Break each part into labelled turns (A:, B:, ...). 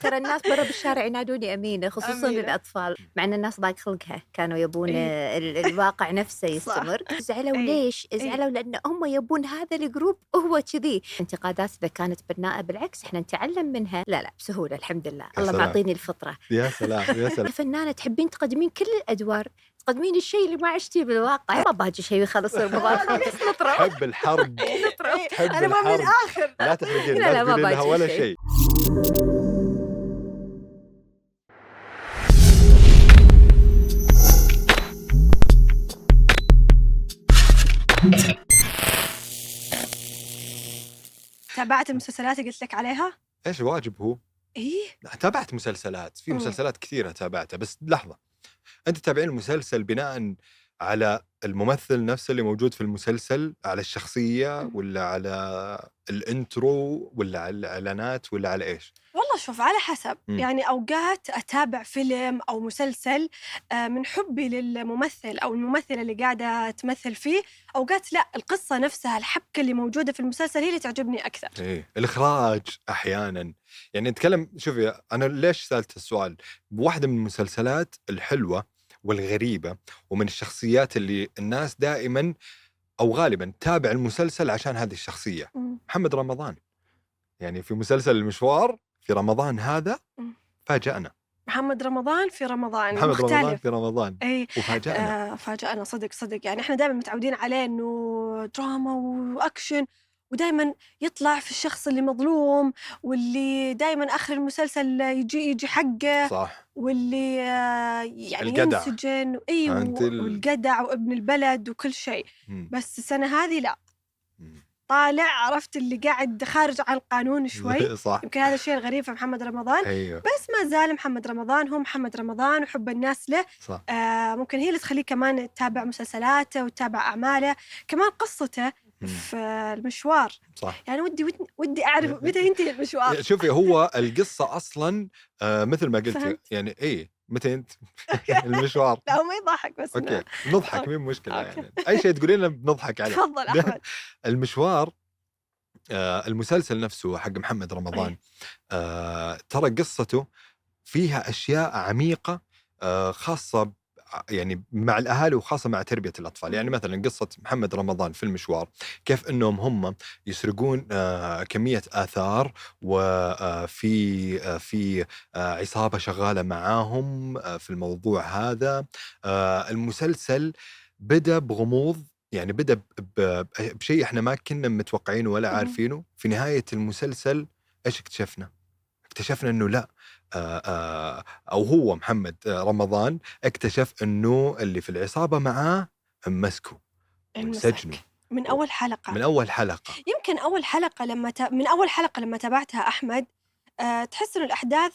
A: ترى الناس برا بالشارع ينادوني أمينة خصوصا
B: أمينة.
A: الأطفال مع أن الناس ضايق خلقها كانوا يبون
B: إيه.
A: ال- الواقع نفسه يستمر زعلوا
B: إيه.
A: ليش؟ زعلوا لأن هم يبون هذا الجروب هو كذي انتقادات إذا كانت بناءة بالعكس احنا نتعلم منها لا لا بسهولة الحمد لله الله
C: سلام.
A: معطيني الفطرة
C: يا سلام يا سلام
A: فنانة تحبين تقدمين كل الأدوار تقدمين الشيء اللي ما عشتيه بالواقع ما باجي شيء يخلص رمضان
C: حب الحرب تحب
B: انا إيه، ما
C: الحرب.
B: من الاخر
C: لا تحرجين
A: آه. لا،
C: لا
A: لا، ما
C: تقولي لها
A: باجي
C: ولا
A: شيء.
C: شيء
B: تابعت المسلسلات اللي قلت لك عليها؟
C: ايش الواجب هو؟
B: ايه
C: تابعت مسلسلات في
B: أوه.
C: مسلسلات كثيره تابعتها بس لحظه انت تتابعين المسلسل بناء على الممثل نفسه اللي موجود في المسلسل على الشخصيه ولا على الانترو ولا على الاعلانات ولا على ايش
B: والله شوف على حسب
C: مم.
B: يعني اوقات اتابع فيلم او مسلسل آه، من حبي للممثل او الممثله اللي قاعده تمثل فيه اوقات لا القصه نفسها الحبكه اللي موجوده في المسلسل هي اللي تعجبني اكثر
C: ايه الاخراج احيانا يعني نتكلم شوفي انا ليش سالت السؤال واحده من المسلسلات الحلوه والغريبه ومن الشخصيات اللي الناس دائما او غالبا تابع المسلسل عشان هذه الشخصيه
B: مم.
C: محمد رمضان يعني في مسلسل المشوار في رمضان هذا
B: مم.
C: فاجأنا
B: محمد رمضان في رمضان
C: محمد
B: مختلف
C: رمضان في رمضان
B: اي
C: وفاجأنا
B: آه فاجأنا صدق صدق يعني احنا دائما متعودين عليه انه دراما واكشن ودائما يطلع في الشخص اللي مظلوم واللي دائما اخر المسلسل يجي يجي حقه
C: صح
B: واللي آه يعني
C: الجدع.
B: ينسجن اي
C: أنت ال-
B: والجدع وابن البلد وكل شيء
C: مم.
B: بس السنه هذه لا
C: مم.
B: طالع عرفت اللي قاعد خارج عن القانون شوي
C: صح
B: يمكن هذا الشيء الغريب في محمد رمضان
C: ايوه
B: بس ما زال محمد رمضان هو محمد رمضان وحب الناس له
C: صح
B: آه، ممكن هي اللي تخليه كمان تتابع مسلسلاته وتتابع أعماله كمان قصته
C: مم.
B: في المشوار
C: صح
B: يعني ودي ودي, ودي أعرف متى ينتهي المشوار
C: شوفي هو القصه اصلا آه مثل ما قلت
B: فهمت.
C: يعني اي متى انت المشوار
B: لا هو ما يضحك بس إنه-
C: اوكي نضحك
B: أوكي.
C: مين مشكله
B: أوكي.
C: يعني اي شيء تقولين لنا بنضحك عليه
B: تفضل أحمد
C: المشوار آه، المسلسل نفسه حق محمد رمضان
B: أي.
C: آه، ترى قصته فيها اشياء عميقه آه، خاصه ب- يعني مع الاهالي وخاصه مع تربيه الاطفال، يعني مثلا قصه محمد رمضان في المشوار كيف انهم هم يسرقون آه، كميه اثار وفي آه، في آه، عصابه شغاله معاهم آه، في الموضوع هذا آه، المسلسل بدا بغموض يعني بدا ب- ب- بشيء احنا ما كنا متوقعينه ولا
B: مم.
C: عارفينه في نهايه المسلسل ايش اكتشفنا اكتشفنا انه لا آه، آه، او هو محمد آه، رمضان اكتشف انه اللي في العصابه معاه مسكوا وسجنوا
B: المسك. من أول حلقة
C: يعني من اول حلقه
B: يمكن أول حلقة لما ت... من أول حلقة لما تابعتها أحمد آه، تحس إنه الأحداث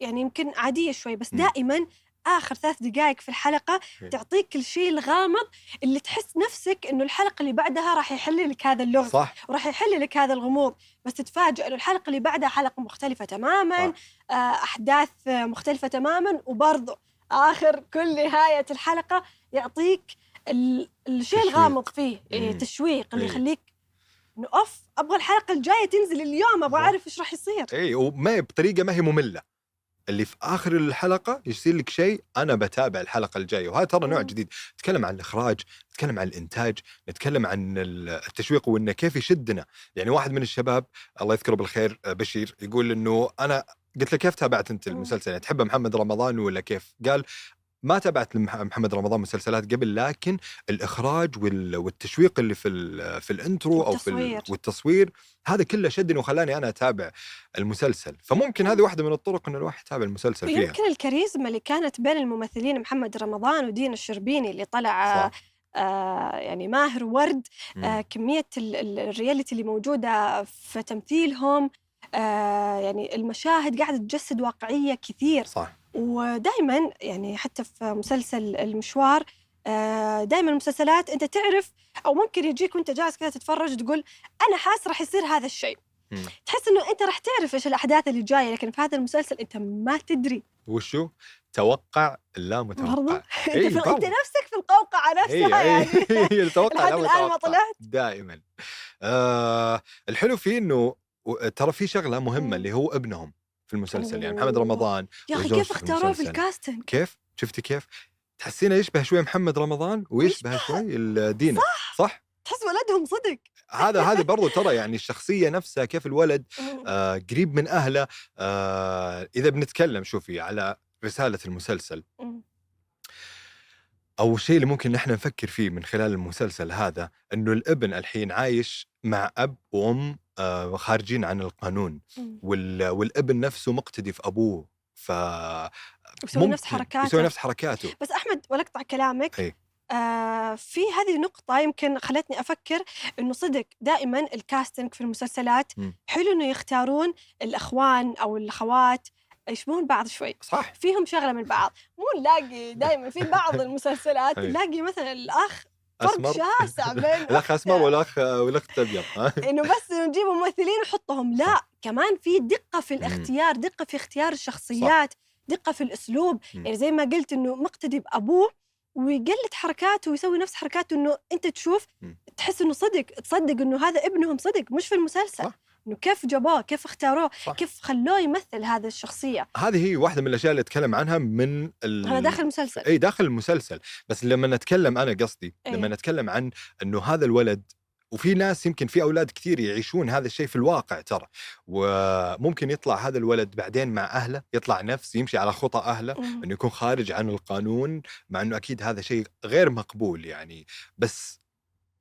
B: يعني يمكن عادية شوي بس
C: مم.
B: دائما آخر ثلاث دقائق في الحلقة
C: إيه.
B: تعطيك الشيء الغامض اللي تحس نفسك إنه الحلقة اللي بعدها راح يحل لك هذا اللغز
C: صح
B: وراح يحل لك هذا الغموض بس تتفاجئ انه الحلقه اللي بعدها حلقه مختلفه تماما آه، احداث آه، مختلفه تماما وبرضه اخر كل نهايه الحلقه يعطيك ال- الشيء
C: تشويق.
B: الغامض فيه إيه،
C: مم.
B: تشويق اللي
C: إيه.
B: يخليك انه اوف ابغى الحلقه الجايه تنزل اليوم ابغى
C: بالضبط.
B: اعرف ايش راح يصير
C: اي إيه، وما بطريقه ما هي ممله اللي في اخر الحلقه يصير لك شيء انا بتابع الحلقه الجايه وهذا ترى نوع
B: مم.
C: جديد نتكلم عن الاخراج نتكلم عن الانتاج نتكلم عن ال- التشويق وانه كيف يشدنا يعني واحد من الشباب الله يذكره بالخير آه، بشير يقول انه انا قلت له كيف تابعت انت
B: مم.
C: المسلسل يعني تحب محمد رمضان ولا كيف قال ما تابعت لمح- محمد رمضان مسلسلات قبل لكن الاخراج وال- والتشويق اللي في ال- في الانترو او في ال-
B: والتصوير.
C: والتصوير هذا كله شدني وخلاني انا اتابع المسلسل فممكن هذه واحده من الطرق ان الواحد يتابع المسلسل فيها
B: ويمكن الكاريزما اللي كانت بين الممثلين محمد رمضان ودين الشربيني اللي طلع آه،
C: صح؟
B: آه، يعني ماهر ورد
C: مم.
B: آه، كمية ال- ال- الرياليتي اللي موجودة في تمثيلهم آه، يعني المشاهد قاعدة تجسد واقعية كثير
C: صح
B: ودائما يعني حتى في مسلسل المشوار دائما المسلسلات انت تعرف او ممكن يجيك وانت جالس كذا تتفرج تقول انا حاس راح يصير هذا الشيء
C: مم.
B: تحس انه انت راح تعرف ايش الاحداث اللي جايه لكن في هذا المسلسل انت ما تدري
C: وشو؟ توقع اللا
B: برضو
C: متوقع
B: انت,
C: إيه،
B: في... انت
C: برضو. إيه،
B: نفسك في القوقعه
C: اي
B: نفسها
C: اي
B: يعني
C: هي التوقع
B: لحد
C: لا
B: الآن ما
C: متوقع.
B: طلعت.
C: دائما آه الحلو فيه انه و- ترى في شغله مهمه
B: مم.
C: اللي هو ابنهم في المسلسل يعني محمد رمضان
B: يا اخي
C: وزوجته
B: كيف
C: في
B: اختاروه في
C: المسلسل.
B: الكاستنج
C: كيف شفتي كيف تحسينه يشبه شوي محمد رمضان ويشبه شوي الدينا صح, صح؟
B: تحس ولدهم صدق
C: هذا هذا برضو ترى يعني الشخصيه نفسها كيف الولد آه قريب من اهله آه اذا بنتكلم شوفي على رساله المسلسل او الشيء اللي ممكن نحن نفكر فيه من خلال المسلسل هذا انه الابن الحين عايش مع اب وام آه خارجين عن القانون وال والابن نفسه مقتدي في ابوه ف
B: ويسوي نفس
C: ممكن
B: حركاته.
C: يسوي نفس حركاته
B: بس احمد ولا اقطع كلامك
C: إيه.
B: آه في هذه نقطة يمكن خلتني أفكر إنه صدق دائما الكاستنج في المسلسلات
C: مم.
B: حلو إنه يختارون الأخوان أو الأخوات يشبهون بعض شوي
C: صح
B: فيهم شغلة من بعض مو نلاقي دائما في بعض المسلسلات
C: أي.
B: نلاقي مثلا الأخ فرق
C: اسمر
B: شاسع بين
C: الاخ اسمر والاخ والاخت ابيض ها؟
B: انه بس نجيب ممثلين نحطهم لا كمان في دقه في الاختيار دقه في اختيار الشخصيات دقه في الاسلوب
C: مم.
B: يعني زي ما قلت انه مقتدي بابوه ويقلد حركاته ويسوي نفس حركاته انه انت تشوف
C: مم.
B: تحس انه صدق تصدق انه هذا ابنهم صدق مش في المسلسل
C: صح.
B: انه كيف جابوه كيف اختاروه
C: صح.
B: كيف خلوه يمثل هذا الشخصيه
C: هذه هي واحده من الاشياء اللي اتكلم عنها من ال...
B: هذا داخل المسلسل
C: اي إيه، داخل المسلسل بس لما نتكلم انا قصدي
B: إيه.
C: لما نتكلم عن انه هذا الولد وفي ناس يمكن في اولاد كثير يعيشون هذا الشيء في الواقع ترى وممكن يطلع هذا الولد بعدين مع اهله يطلع نفس يمشي على خطى اهله
B: مم.
C: انه يكون خارج عن القانون مع انه اكيد هذا شيء غير مقبول يعني بس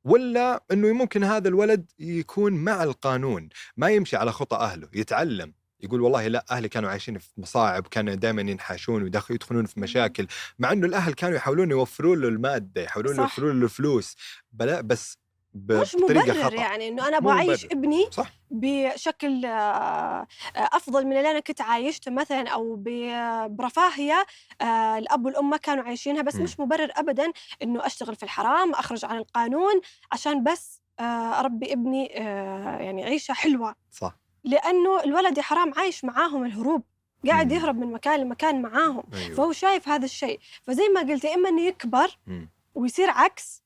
C: ولا انه ممكن هذا الولد يكون مع القانون ما يمشي على خطى اهله يتعلم يقول والله لا اهلي كانوا عايشين في مصاعب كانوا دائما ينحاشون ويدخ- يدخلون
B: إمم.
C: في مشاكل مع انه الاهل كانوا يحاولون يوفرون له الماده يحاولون
B: صح.
C: يوفرون له الفلوس بلا بس ب-
B: مش
C: بطريقه
B: مبرر
C: خطا يعني.
B: يعني انه انا
C: مو
B: ابغى اعيش
C: مبرر.
B: ابني
C: صح.
B: بشكل آه، آه، افضل من اللي انا كنت عايشته مثلا او ب- برفاهيه آه، الاب والام ما كانوا عايشينها بس
C: مم.
B: مش مبرر ابدا انه اشتغل في الحرام اخرج عن القانون عشان بس آه، اربي ابني آه، يعني عيشه حلوه
C: صح
B: لانه الولد يا حرام عايش معاهم الهروب قاعد
C: مم.
B: يهرب من مكان لمكان معاهم
C: ايوه
B: فهو شايف هذا الشيء فزي ما قلت يا اما انه يكبر
C: مم.
B: ويصير عكس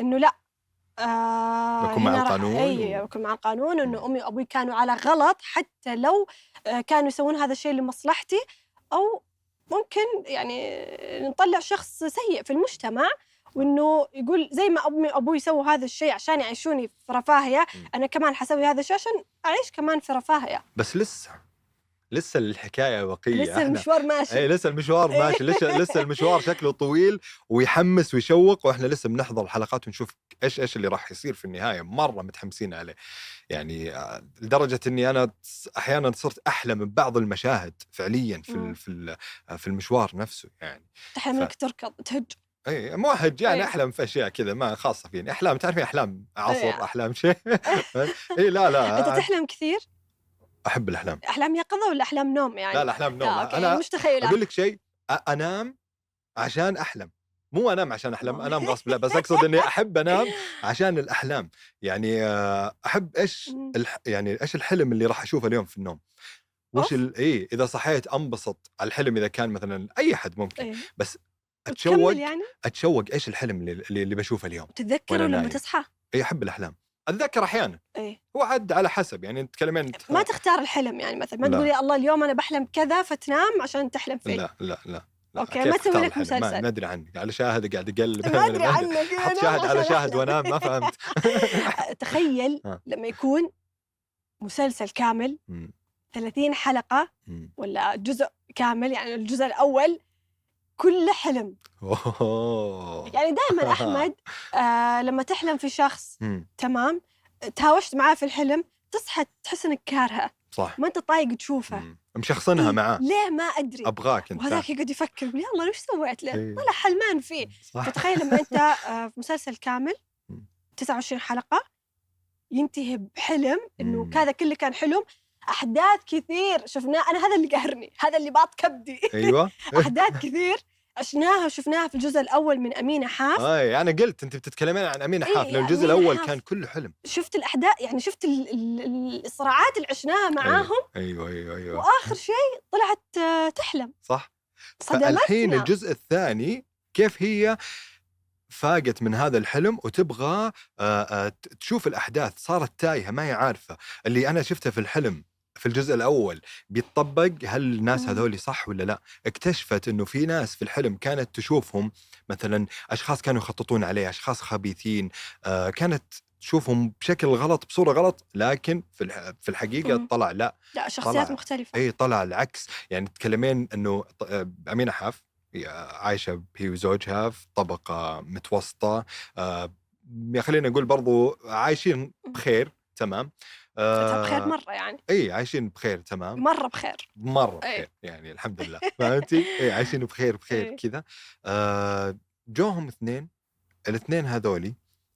B: انه لا آه
C: بكون مع
B: هنا راح-
C: القانون
B: اي
C: و-
B: بكون مع القانون
C: مم.
B: انه امي وابوي كانوا على غلط حتى لو آه، كانوا يسوون هذا الشيء لمصلحتي او ممكن يعني نطلع شخص سيء في المجتمع وانه يقول زي ما امي وابوي سووا هذا الشيء عشان يعيشوني في رفاهيه
C: مم.
B: انا كمان حسوي هذا الشيء عشان اعيش كمان في رفاهيه
C: بس لسه لسه الحكايه بقيه
B: لسه
C: إحنا-
B: المشوار ماشي
C: اي إيه، لسه المشوار ماشي لسه لسه المشوار شكله طويل ويحمس ويشوق واحنا لسه بنحضر الحلقات ونشوف ايش ايش اللي راح يصير في النهايه مره متحمسين عليه يعني آه، لدرجه اني انا س- احيانا صرت احلم من بعض المشاهد فعليا في
B: مم.
C: ال- في ال- آه، في المشوار نفسه يعني
B: تحلم
C: ف-
B: انك تركض تهج
C: اي مو هج يعني
B: إيه.
C: احلم في اشياء كذا ما خاصه فيني احلام تعرفين احلام عصر
B: إيه.
C: احلام شيء اي لا
B: انت
C: لا
B: تحلم كثير
C: احب الاحلام
B: احلام يقظه ولا احلام نوم يعني
C: لا لا احلام نوم
B: آه، أوكي.
C: انا
B: مش تخيلات
C: اقول لك شيء أ- انام عشان احلم مو انام عشان احلم
B: آه.
C: انام غصب لا بس اقصد اني احب انام عشان الاحلام يعني آه، احب ايش
B: مم.
C: الح... يعني ايش الحلم اللي راح اشوفه اليوم في النوم
B: أوف.
C: وش ال... ايه اذا صحيت انبسط على الحلم اذا كان مثلا اي حد ممكن
B: إيه.
C: اتشوق
B: تكمل يعني
C: اتشوق ايش الحلم اللي, اللي- اللي بشوفه اليوم إيه،
B: تتذكره
C: وأنا
B: لما
C: نايم.
B: تصحى
C: اي احب الاحلام اتذكر احيانا
B: إيه.
C: هو عد على حسب يعني تكلمين
B: ما تختار الحلم يعني مثلا ما
C: لا.
B: تقول يا الله اليوم انا بحلم كذا فتنام عشان تحلم فيه
C: لا لا لا لا
B: أوكي،
C: كيف
B: ما
C: اختار
B: تسوي لك
C: الحلم؟ ما
B: مسلسل.
C: ما ادري عنك على شاهد قاعد اقلب
B: ما ادري
C: أدري.
B: عنك إيه،
C: حط
B: أنا
C: شاهد على
B: عشان
C: شاهد
B: أحلم.
C: وانام ما فهمت
B: تخيل
C: آه.
B: لما يكون مسلسل كامل
C: مم.
B: 30 حلقه
C: مم.
B: ولا جزء كامل يعني الجزء الاول كله حلم
C: أوه.
B: يعني دائما احمد آه لما تحلم في شخص
C: مم.
B: تمام تهاوشت معاه في الحلم تصحى تحس انك كارهه
C: صح
B: ما انت طايق تشوفه
C: مم. مشخصنها معاه
B: ليه ما ادري
C: ابغاك انت
B: إيه، وهذاك إيه. يقعد يفكر يقول يلا ليش سويت
C: إيه.
B: له؟ طلع حلمان فيه
C: صح
B: فتخيل لما انت آه، في مسلسل كامل
C: مم.
B: 29 حلقه ينتهي بحلم انه
C: مم.
B: هذا كله كان حلم احداث كثير شفناه انا هذا اللي قهرني هذا اللي باط كبدي
C: ايوه
B: احداث كثير عشناها وشفناها في الجزء الاول من امينه حاف
C: اي انا آه، يعني قلت انت بتتكلمين عن امينه
B: إيه،
C: حاف لو الجزء
B: أمينة
C: الاول
B: حاف.
C: كان كله حلم
B: شفت الاحداث يعني شفت ال- ال- الصراعات اللي عشناها معاهم
C: ايوه ايوه ايوه
B: واخر شيء طلعت آه، تحلم
C: صح فالحين
B: صدمتنا
C: الجزء الثاني كيف هي فاقت من هذا الحلم وتبغى آه، آه، ت- تشوف الاحداث صارت تايهه ما هي عارفه اللي انا شفته في الحلم في في الجزء الاول بيتطبق هل الناس هذول صح ولا لا اكتشفت انه في ناس في الحلم كانت تشوفهم مثلا اشخاص كانوا يخططون عليه اشخاص خبيثين آه كانت تشوفهم بشكل غلط بصوره غلط لكن في الح- في الحقيقه
B: مم.
C: طلع لا
B: لا شخصيات
C: طلع. إيه.
B: مختلفه
C: اي طلع العكس يعني تكلمين انه ط- آه، امينه حاف هي عايشه هي وزوجها في طبقه متوسطه آه، يا خلينا نقول برضو عايشين بخير تمام
B: فترة بخير
C: آه
B: مره يعني
C: اي عايشين بخير تمام
B: مره بخير
C: مره
B: إي.
C: بخير يعني الحمد لله فهمتي اي عايشين بخير بخير
B: إي.
C: كذا آه، جوهم اثنين الاثنين هذولي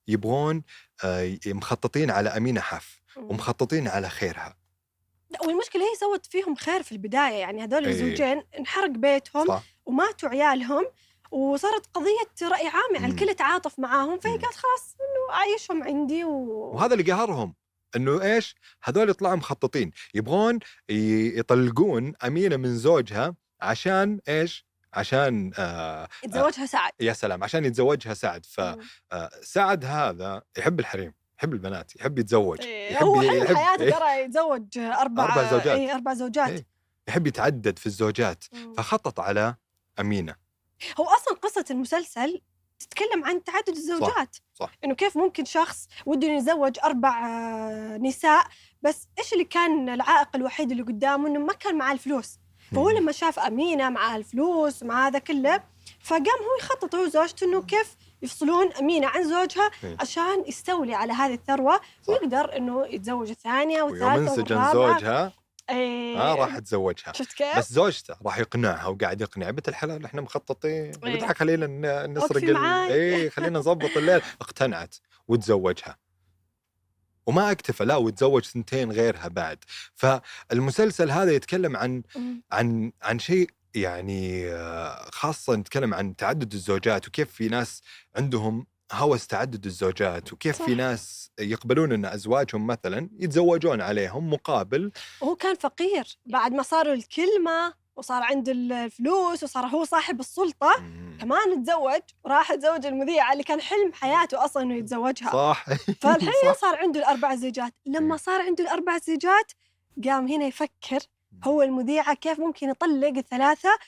C: يبغون آه، ي- مخططين على امينه حاف ومخططين على خيرها
B: لا والمشكله هي سوت فيهم خير في البدايه يعني هذول
C: إيه.
B: الزوجين انحرق بيتهم
C: صح
B: وماتوا عيالهم وصارت قضيه راي عام يعني
C: مم.
B: الكل تعاطف معاهم فهي
C: مم.
B: قالت خلاص انه عايشهم عندي و...
C: وهذا اللي قهرهم انه ايش؟ هذول يطلعوا مخططين، يبغون ي- يطلقون امينه من زوجها عشان ايش؟ عشان آه
B: يتزوجها سعد
C: يا سلام عشان يتزوجها سعد
B: مم.
C: فسعد هذا يحب الحريم يحب البنات يحب يتزوج
B: إيه، هو حلم حياته
C: إيه،
B: ترى يتزوج اربع
C: أربع زوجات.
B: إيه اربع زوجات
C: إيه. يحب يتعدد في الزوجات
B: مم.
C: فخطط على امينه
B: هو اصلا قصه المسلسل تتكلم عن تعدد الزوجات
C: صح.
B: انه كيف ممكن شخص وده إنه يتزوج اربع آه، نساء بس ايش اللي كان العائق الوحيد اللي قدامه انه ما كان معاه الفلوس فهو
C: مم.
B: لما شاف امينه معاها الفلوس معاها هذا كله فقام هو يخطط هو وزوجته انه كيف يفصلون امينه عن زوجها
C: إيه.
B: عشان يستولي على هذه الثروه
C: صح.
B: ويقدر انه يتزوج الثانيه
C: ويوم
B: والثالثه
C: انسجن
B: والرابعه
C: زوجها
B: ايه
C: آه راح تزوجها
B: شفت كيف؟
C: بس زوجته راح يقنعها وقاعد يقنع بنت الحلال احنا مخططين
B: إيه.
C: بنضحك خلينا ن- نسرق
B: وقفي معاي.
C: اي خلينا نظبط الليل اقتنعت وتزوجها وما اكتفى لا وتزوج سنتين غيرها بعد فالمسلسل هذا يتكلم عن
B: مم.
C: عن عن شيء يعني آه، خاصة نتكلم عن تعدد الزوجات وكيف في ناس عندهم هوس تعدد الزوجات وكيف
B: صح.
C: في ناس يقبلون ان ازواجهم مثلا يتزوجون عليهم مقابل
B: وهو كان فقير بعد ما صار الكلمة وصار عنده الفلوس وصار هو صاحب السلطة كمان تزوج وراح تزوج المذيعة اللي كان حلم حياته أصلا إنه يتزوجها
C: صح إيه.
B: فالحين صار عنده الأربع زوجات لما صار عنده الأربع زوجات قام هنا يفكر هو المذيعة كيف ممكن يطلق الثلاثة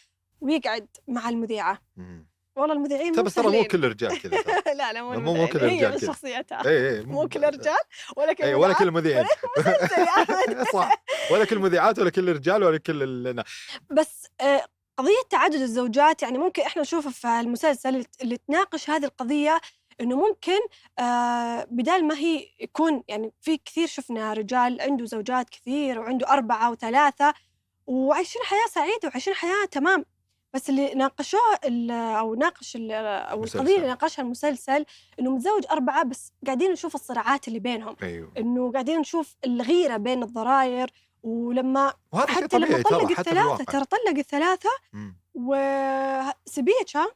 B: ويقعد مع المذيعة
C: مم.
B: والله المذيعين مو
C: طيب ترى ترى مو
B: سهلين.
C: كل الرجال كذا ترى.
B: لا لا مو
C: مو- مو
B: المذيعين.
C: كل
B: هي
C: الرجال
B: من
C: كذا. إيه،
B: شخصيتها
C: اي اي
B: مو كل الرجال ولا كل
C: اي إيه، ولا
B: المذيعة،
C: كل المذيعين
B: مسلسل يا أحمد.
C: صح ولا كل المذيعات ولا كل الرجال ولا كل ال...
B: بس آه، قضية تعدد الزوجات يعني ممكن احنا نشوفها في المسلسل اللي- اللي تناقش هذه القضية انه ممكن آه، بدال ما هي يكون يعني في كثير شفنا رجال عنده زوجات كثير وعنده أربعة وثلاثة وعايشين حياة سعيدة وعايشين حياة تمام بس اللي ناقشوه ال- او ناقش ال- او القضية اللي
C: مسلسل.
B: ناقشها المسلسل انه متزوج أربعة بس قاعدين نشوف الصراعات اللي بينهم
C: ايوه
B: انه قاعدين نشوف الغيرة بين الضراير ولما
C: وهذا شيء
B: حتى لما
C: طبيعي
B: طلق
C: ترى حتى في
B: الثلاثة
C: الواقع
B: ترى طلق الثلاثة
C: مم.
B: وسبيتشا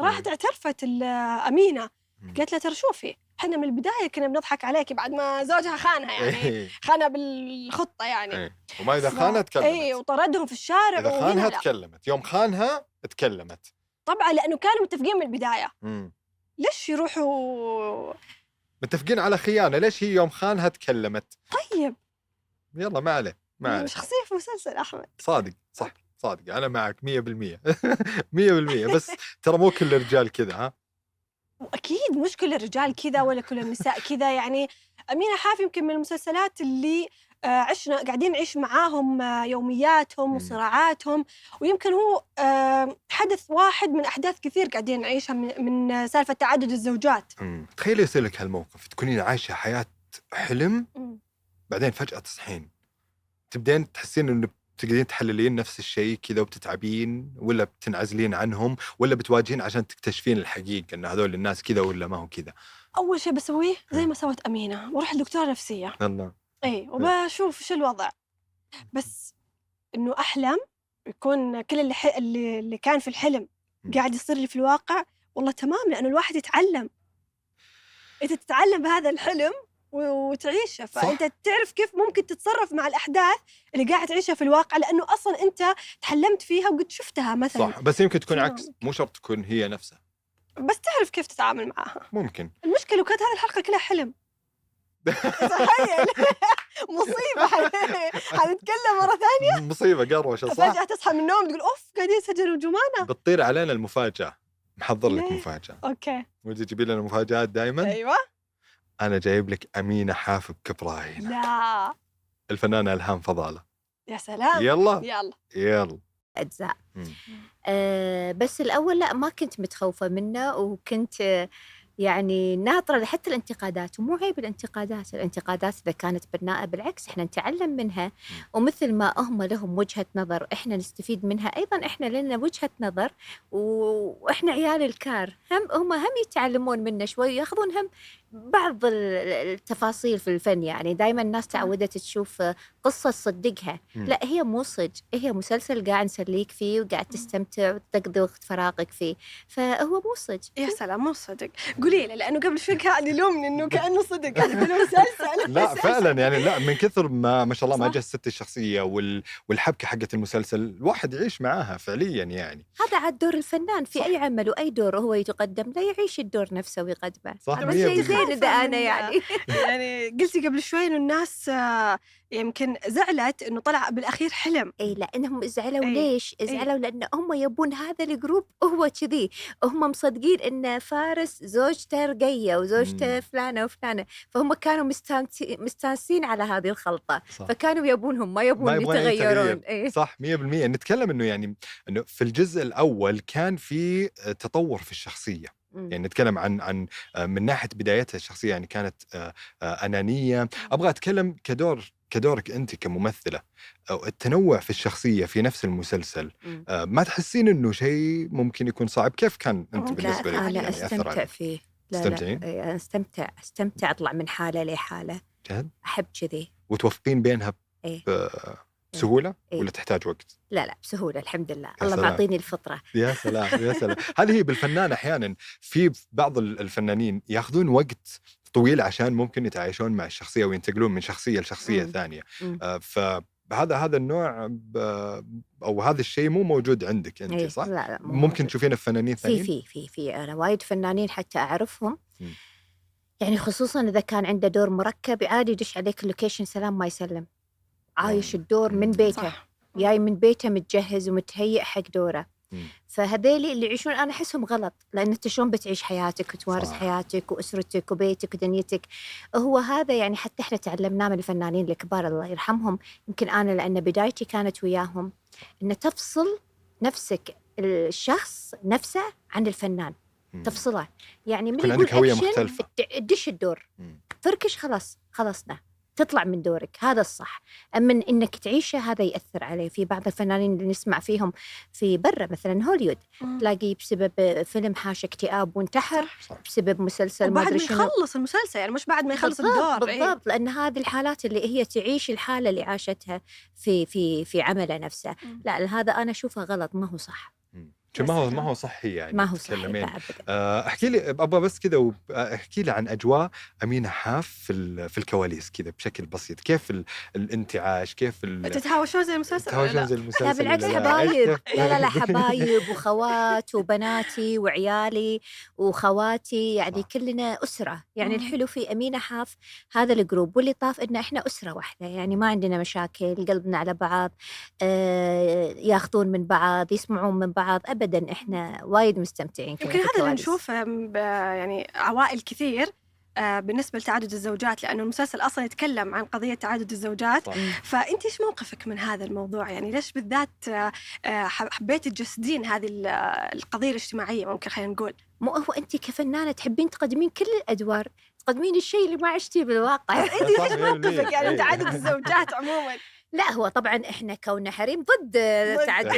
B: راحت اعترفت ال- أمينة
C: مم.
B: قالت لها ترى شوفي احنا من البداية كنا بنضحك عليك بعد ما زوجها خانها يعني
C: إيه.
B: خانها بالخطة يعني
C: إيه. وما اذا خانها
B: اي
C: تكلمت
B: وطردهم في الشارع
C: اذا
B: وهنا
C: خانها
B: لا.
C: تكلمت يوم خانها تكلمت
B: طبعا لأنه كانوا متفقين من البداية
C: مم.
B: ليش يروحوا
C: متفقين على خيانه ليش هي يوم خانها تكلمت
B: طيب
C: يلا ما عليه ما عليه
B: شخصية في مسلسل أحمد
C: صادق صح صادق انا معك 100% 100% بس ترى مو كل الرجال كذا ها
B: وأكيد مش كل الرجال كذا ولا كل النساء كذا يعني أمينة حاف يمكن من المسلسلات اللي آه، عشنا قاعدين نعيش معاهم آه، يومياتهم
C: مم.
B: وصراعاتهم ويمكن هو آه، حدث واحد من أحداث كثير قاعدين نعيشها من- من آه، سالفة تعدد الزوجات
C: مم. تخيلي يصير لك هالموقف تكونين عايشه حياه حلم بعدين فجأة تصحين تبدين تحسين انه تقدرين تحللين نفس الشيء كذا وبتتعبين ولا بتنعزلين عنهم ولا بتواجهين عشان تكتشفين الحقيقة ان هذول الناس كذا ولا ما هو كذا
B: أول شيء بسويه زي ما سوت أمينة وأروح لدكتورة نفسية
C: الله
B: اي
C: إيه.
B: وبشوف إيه، شو الوضع
C: إمم.
B: بس انه احلم يكون كل اللي, حي... اللي اللي كان في الحلم
C: مم.
B: قاعد يصير لي في الواقع والله تمام لانه الواحد يتعلم انت تتعلم بهذا الحلم و- وتعيشه
C: صح.
B: فانت تعرف كيف ممكن تتصرف مع الاحداث اللي قاعد تعيشها في الواقع لانه اصلا انت تحلمت فيها وقد شفتها مثلا
C: صح بس يمكن تكون
B: طيب. شنو؟
C: عكس مو شرط تكون هي نفسها
B: بس تعرف كيف تتعامل معها
C: ممكن
B: المشكله وكانت هذه الحلقه كلها حلم تخيل مصيبه حن- حنتكلم مره ثانيه
C: مصيبه قروشه صح؟
B: فجاه تصحى من النوم تقول اوف قاعدين يسجلوا جمانه
C: بتطير علينا المفاجاه محضر لك
B: ليه؟
C: مفاجاه
B: اوكي
C: ودي تجيبي لنا مفاجات دائما
B: ايوه
C: انا جايب لك امينه حافظ كبراهين
B: لا
C: الفنانه الهام فضاله
B: يا سلام
C: يلا
B: يلا
C: يلا
A: اجزاء
C: مم.
A: آه بس الاول لا ما كنت متخوفه منه وكنت آه، يعني ناطره حتى الانتقادات ومو عيب الانتقادات، الانتقادات اذا كانت بناءه بالعكس احنا نتعلم منها ومثل ما هم لهم وجهه نظر احنا نستفيد منها ايضا احنا لنا وجهه نظر و- واحنا عيال الكار هم هم هم يتعلمون منا شوي ياخذون هم بعض ال- ال- التفاصيل في الفن يعني دائما الناس تعودت تشوف آه، قصه تصدقها
C: مم.
A: لا هي مو صج هي مسلسل قاعد نسليك فيه وقاعد تستمتع وتقضي وقت فراغك فيه فهو مو صج
B: يا سلام مو صدق قولي لي لانه قبل شوي قاعد يلومني انه كانه صدق قاعد يقول مسلسل
C: لا فعلا يعني لا من كثر ما ما شاء الله ما
B: صح.
C: جست الشخصيه وال والحبكه حقت المسلسل الواحد يعيش معاها فعليا يعني
A: هذا عاد دور الفنان في
B: صح.
A: اي عمل واي دور هو يتقدم لا يعيش الدور نفسه ويقدمه
C: صح،
A: هذا
C: مية
A: شيء
C: بالمية.
A: زين اذا انا
B: خايفة
A: يعني
B: يعني قلتي قبل شوي انه الناس آه، يمكن زعلت انه طلع بالاخير حلم
A: اي لانهم زعلوا
B: إي،
A: ليش؟ زعلوا لان هم يبون هذا الجروب هو كذي، هم مصدقين ان فارس زوجته رقيه وزوجته
C: مم.
A: فلانه وفلانه، فهم كانوا مستانسي- مستانسين على هذه الخلطه،
C: صح.
A: فكانوا يبونهم ما يبون
C: يبغون أي تغيير.
A: يتغيرون، اي
C: صح 100% نتكلم انه يعني انه في الجزء الاول كان في تطور في الشخصيه
A: مم.
C: يعني نتكلم عن عن آه، من ناحيه بدايتها الشخصيه يعني كانت آه، آه، انانيه ابغى اتكلم كدور كدورك انت كممثله أو التنوع في الشخصيه في نفس المسلسل
A: مم.
C: آه، ما تحسين انه شيء ممكن يكون صعب كيف كان انت
B: لا،
C: بالنسبه لك
A: لا
C: يعني
A: انا
C: أثر
A: استمتع
C: عليك؟
A: فيه لا
C: تستمتعين؟
A: لا إي، أنا استمتع استمتع اطلع من حاله لحاله
C: جد؟
A: احب كذي
C: وتوفقين بينها
A: إيه.
C: ب- بسهوله
A: إيه.
C: ولا تحتاج وقت؟
A: لا لا بسهوله الحمد لله الله
C: سلام.
A: معطيني الفطره
C: يا سلام يا سلام هل هي بالفنان احيانا في بعض ال- الفنانين ياخذون وقت طويل عشان ممكن يتعايشون مع الشخصيه وينتقلون من شخصيه لشخصيه
A: مم.
C: ثانيه
A: مم.
C: آه، فهذا هذا النوع ب- او هذا الشيء مو موجود عندك
A: إي،
C: انت صح
A: إيه، لا لا مو
C: ممكن تشوفينه في فنانين
A: في
C: ثانيين
A: في في في انا وايد فنانين حتى اعرفهم
C: مم.
A: يعني خصوصا اذا كان عنده دور مركب عادي يدش عليك اللوكيشن سلام ما يسلم عايش
C: مم.
A: الدور من
C: مم.
A: بيته
B: صح
A: جاي من بيته متجهز ومتهيئ حق دوره
C: مم.
A: فهذيلي اللي يعيشون انا احسهم غلط لان انت شلون بتعيش حياتك وتمارس
C: صح.
A: حياتك واسرتك وبيتك ودنيتك هو هذا يعني حتى احنا تعلمناه من الفنانين الكبار الله يرحمهم يمكن انا لان بدايتي كانت وياهم ان تفصل نفسك الشخص نفسه عن الفنان
C: مم.
A: تفصله يعني من
C: يكون
A: يقول
C: عندك هوية
A: أكشن،
C: مختلفة.
A: د- دش الدور
C: مم.
A: فركش خلاص خلصنا تطلع من دورك هذا الصح اما إن- انك تعيشه هذا ياثر عليه في بعض الفنانين اللي نسمع فيهم في برا مثلا هوليوود تلاقيه بسبب فيلم حاش اكتئاب وانتحر
C: صح.
A: بسبب مسلسل ما
B: وبعد
A: ادري
B: ما
A: شنو
B: يخلص المسلسل يعني مش بعد ما يخلص
A: بالضبط-
B: الدور إيه.
A: بالضبط لان هذه الحالات اللي هي تعيش الحاله اللي عاشتها في في في عمله نفسه
B: مم.
A: لا هذا انا اشوفه غلط ما هو صح
C: مم. شو ما هو ما هو صحي يعني
A: ما هو صح
C: تتكلمين.
A: ابدا
C: آه، احكي لي ابغى بس كذا وب- احكي لي عن اجواء امينه حاف في ال- في الكواليس كذا بشكل بسيط كيف ال- الانتعاش كيف ال-
B: تتهاوشون زي المسلسل ولا
C: تهاوشون
B: لا؟
C: زي المسلسل
A: لا بالعكس
C: ولا
A: حبايب
C: إيش كيف؟
A: لا لا لا حبايب وخوات وبناتي وعيالي وخواتي يعني
C: صح.
A: كلنا أسرة يعني
B: مم.
A: الحلو في أمينة حاف هذا الجروب واللي طاف إن إحنا أسرة واحدة يعني ما عندنا مشاكل قلبنا على بعض آه ياخذون من بعض يسمعون من بعض أبدا إحنا وايد مستمتعين كنا يعني في
B: يمكن هذا
A: الكواليس.
B: اللي نشوفه ب- يعني عوائل كثير آه، بالنسبه لتعدد الزوجات لانه المسلسل اصلا يتكلم عن قضيه تعدد الزوجات
C: صح.
B: فانت ايش موقفك من هذا الموضوع يعني ليش بالذات آه، آه، حب- حبيتي تجسدين هذه ال- آه، القضيه الاجتماعيه ممكن خلينا نقول
A: مو هو أنت كفنانة تحبين تقدمين كل الأدوار تقدمين الشيء اللي ما عشتيه بالواقع
C: صح،
B: انت ايش
C: 100%.
A: إيه،
B: موقفك يعني من تعدد الزوجات عموما
A: لا هو طبعا إحنا كوننا حريم ضد
B: ضد.
A: تعدد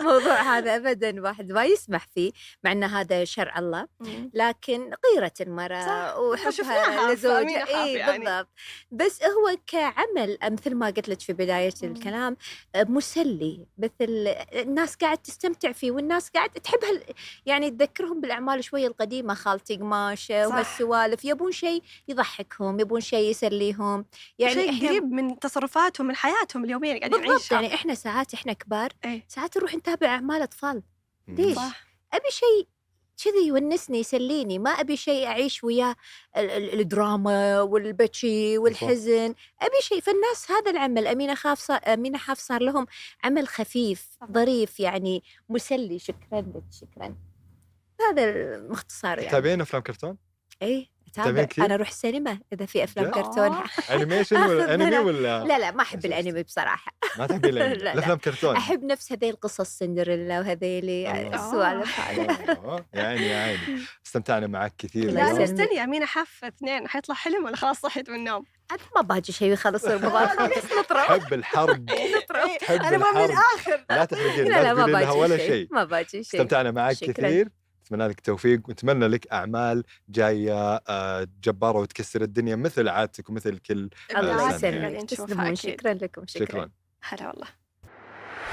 A: الموضوع هذا ابدا واحد ما يسمح فيه مع ان هذا شرع الله لكن غيره المراه
B: صح،
A: وحبها
B: شفناها في
A: لزوجها
B: أمينة خاف
A: اي
B: يعني.
A: إيه، بالضبط بس هو كعمل مثل ما قلت لك في بدايه
B: مم.
A: الكلام مسلي مثل الناس قاعد تستمتع فيه والناس قاعد تحب هال يعني تذكرهم بالاعمال شويه القديمه خالتي قماشه
B: صح.
A: وهالسوالف يبون شيء يضحكهم يبون شيء يسليهم
B: يعني
A: يعني
B: شيء
A: إحنا-
B: قريب من تصرفاتهم من حياتهم اليوميه اللي قاعدين
A: بالضبط
B: نعيشها
A: يعني احنا ساعات احنا كبار
B: إيه.
A: ساعات نروح نتابع اعمال اطفال ليش؟
B: صح
A: ابي شيء كذي يونسني يسليني ما ابي شيء اعيش وياه ال- ال- الدراما والبكي والحزن ابي شيء فالناس هذا العمل امينه خاف صار امينه حاف صار لهم عمل خفيف ظريف يعني مسلي شكرا لك شكرا هذا المختصر يعني إيه،
C: تابعين افلام كرتون؟
A: اي
C: تابعين
A: اتابع
C: كثير؟
A: انا اروح سينما اذا في افلام
C: جد؟
B: آه.
A: كرتون
C: انيميشن ولا
A: آخذ
C: انمي
A: أنا.
C: ولا
A: لا لا ما احب الانمي بصراحه
C: ما تحبين الأنمي؟
A: لا، لا.
C: الافلام كرتون
A: احب نفس هذيل القصص سندريلا وهذيلي
C: طيب. الله.
A: السوالف هذه
C: أوه، يا عيني يا عيني استمتعنا معك كثير يعني.
A: لا،
B: لا انا
C: اليوم.
A: لازم.
B: مستنيه امينه حف اثنين حيطلع حلم ولا خلاص صحيت من النوم
A: انا ما باجي شيء يخلص رمضان بس نطرة
C: تحب الحرب
B: إيه،
C: تحب
B: انا ما من
C: الحرب.
B: الاخر
C: لا تحرقين
A: لا لا
C: لا
A: ما
C: تقولي لها ولا
A: باجي
C: شيء
A: شيء ما باجي شيء
C: استمتعنا معك
A: شكراً.
C: كثير اتمنى لك التوفيق ونتمنى لك اعمال جايه آه، جباره وتكسر الدنيا مثل عادتك ومثل كل
A: الله
C: أهلاً.
A: يسلمك
B: يعني نشوفها
A: تسلمون
B: أكيد.
A: شكرا لكم شكرا
C: شكرا
B: هلا والله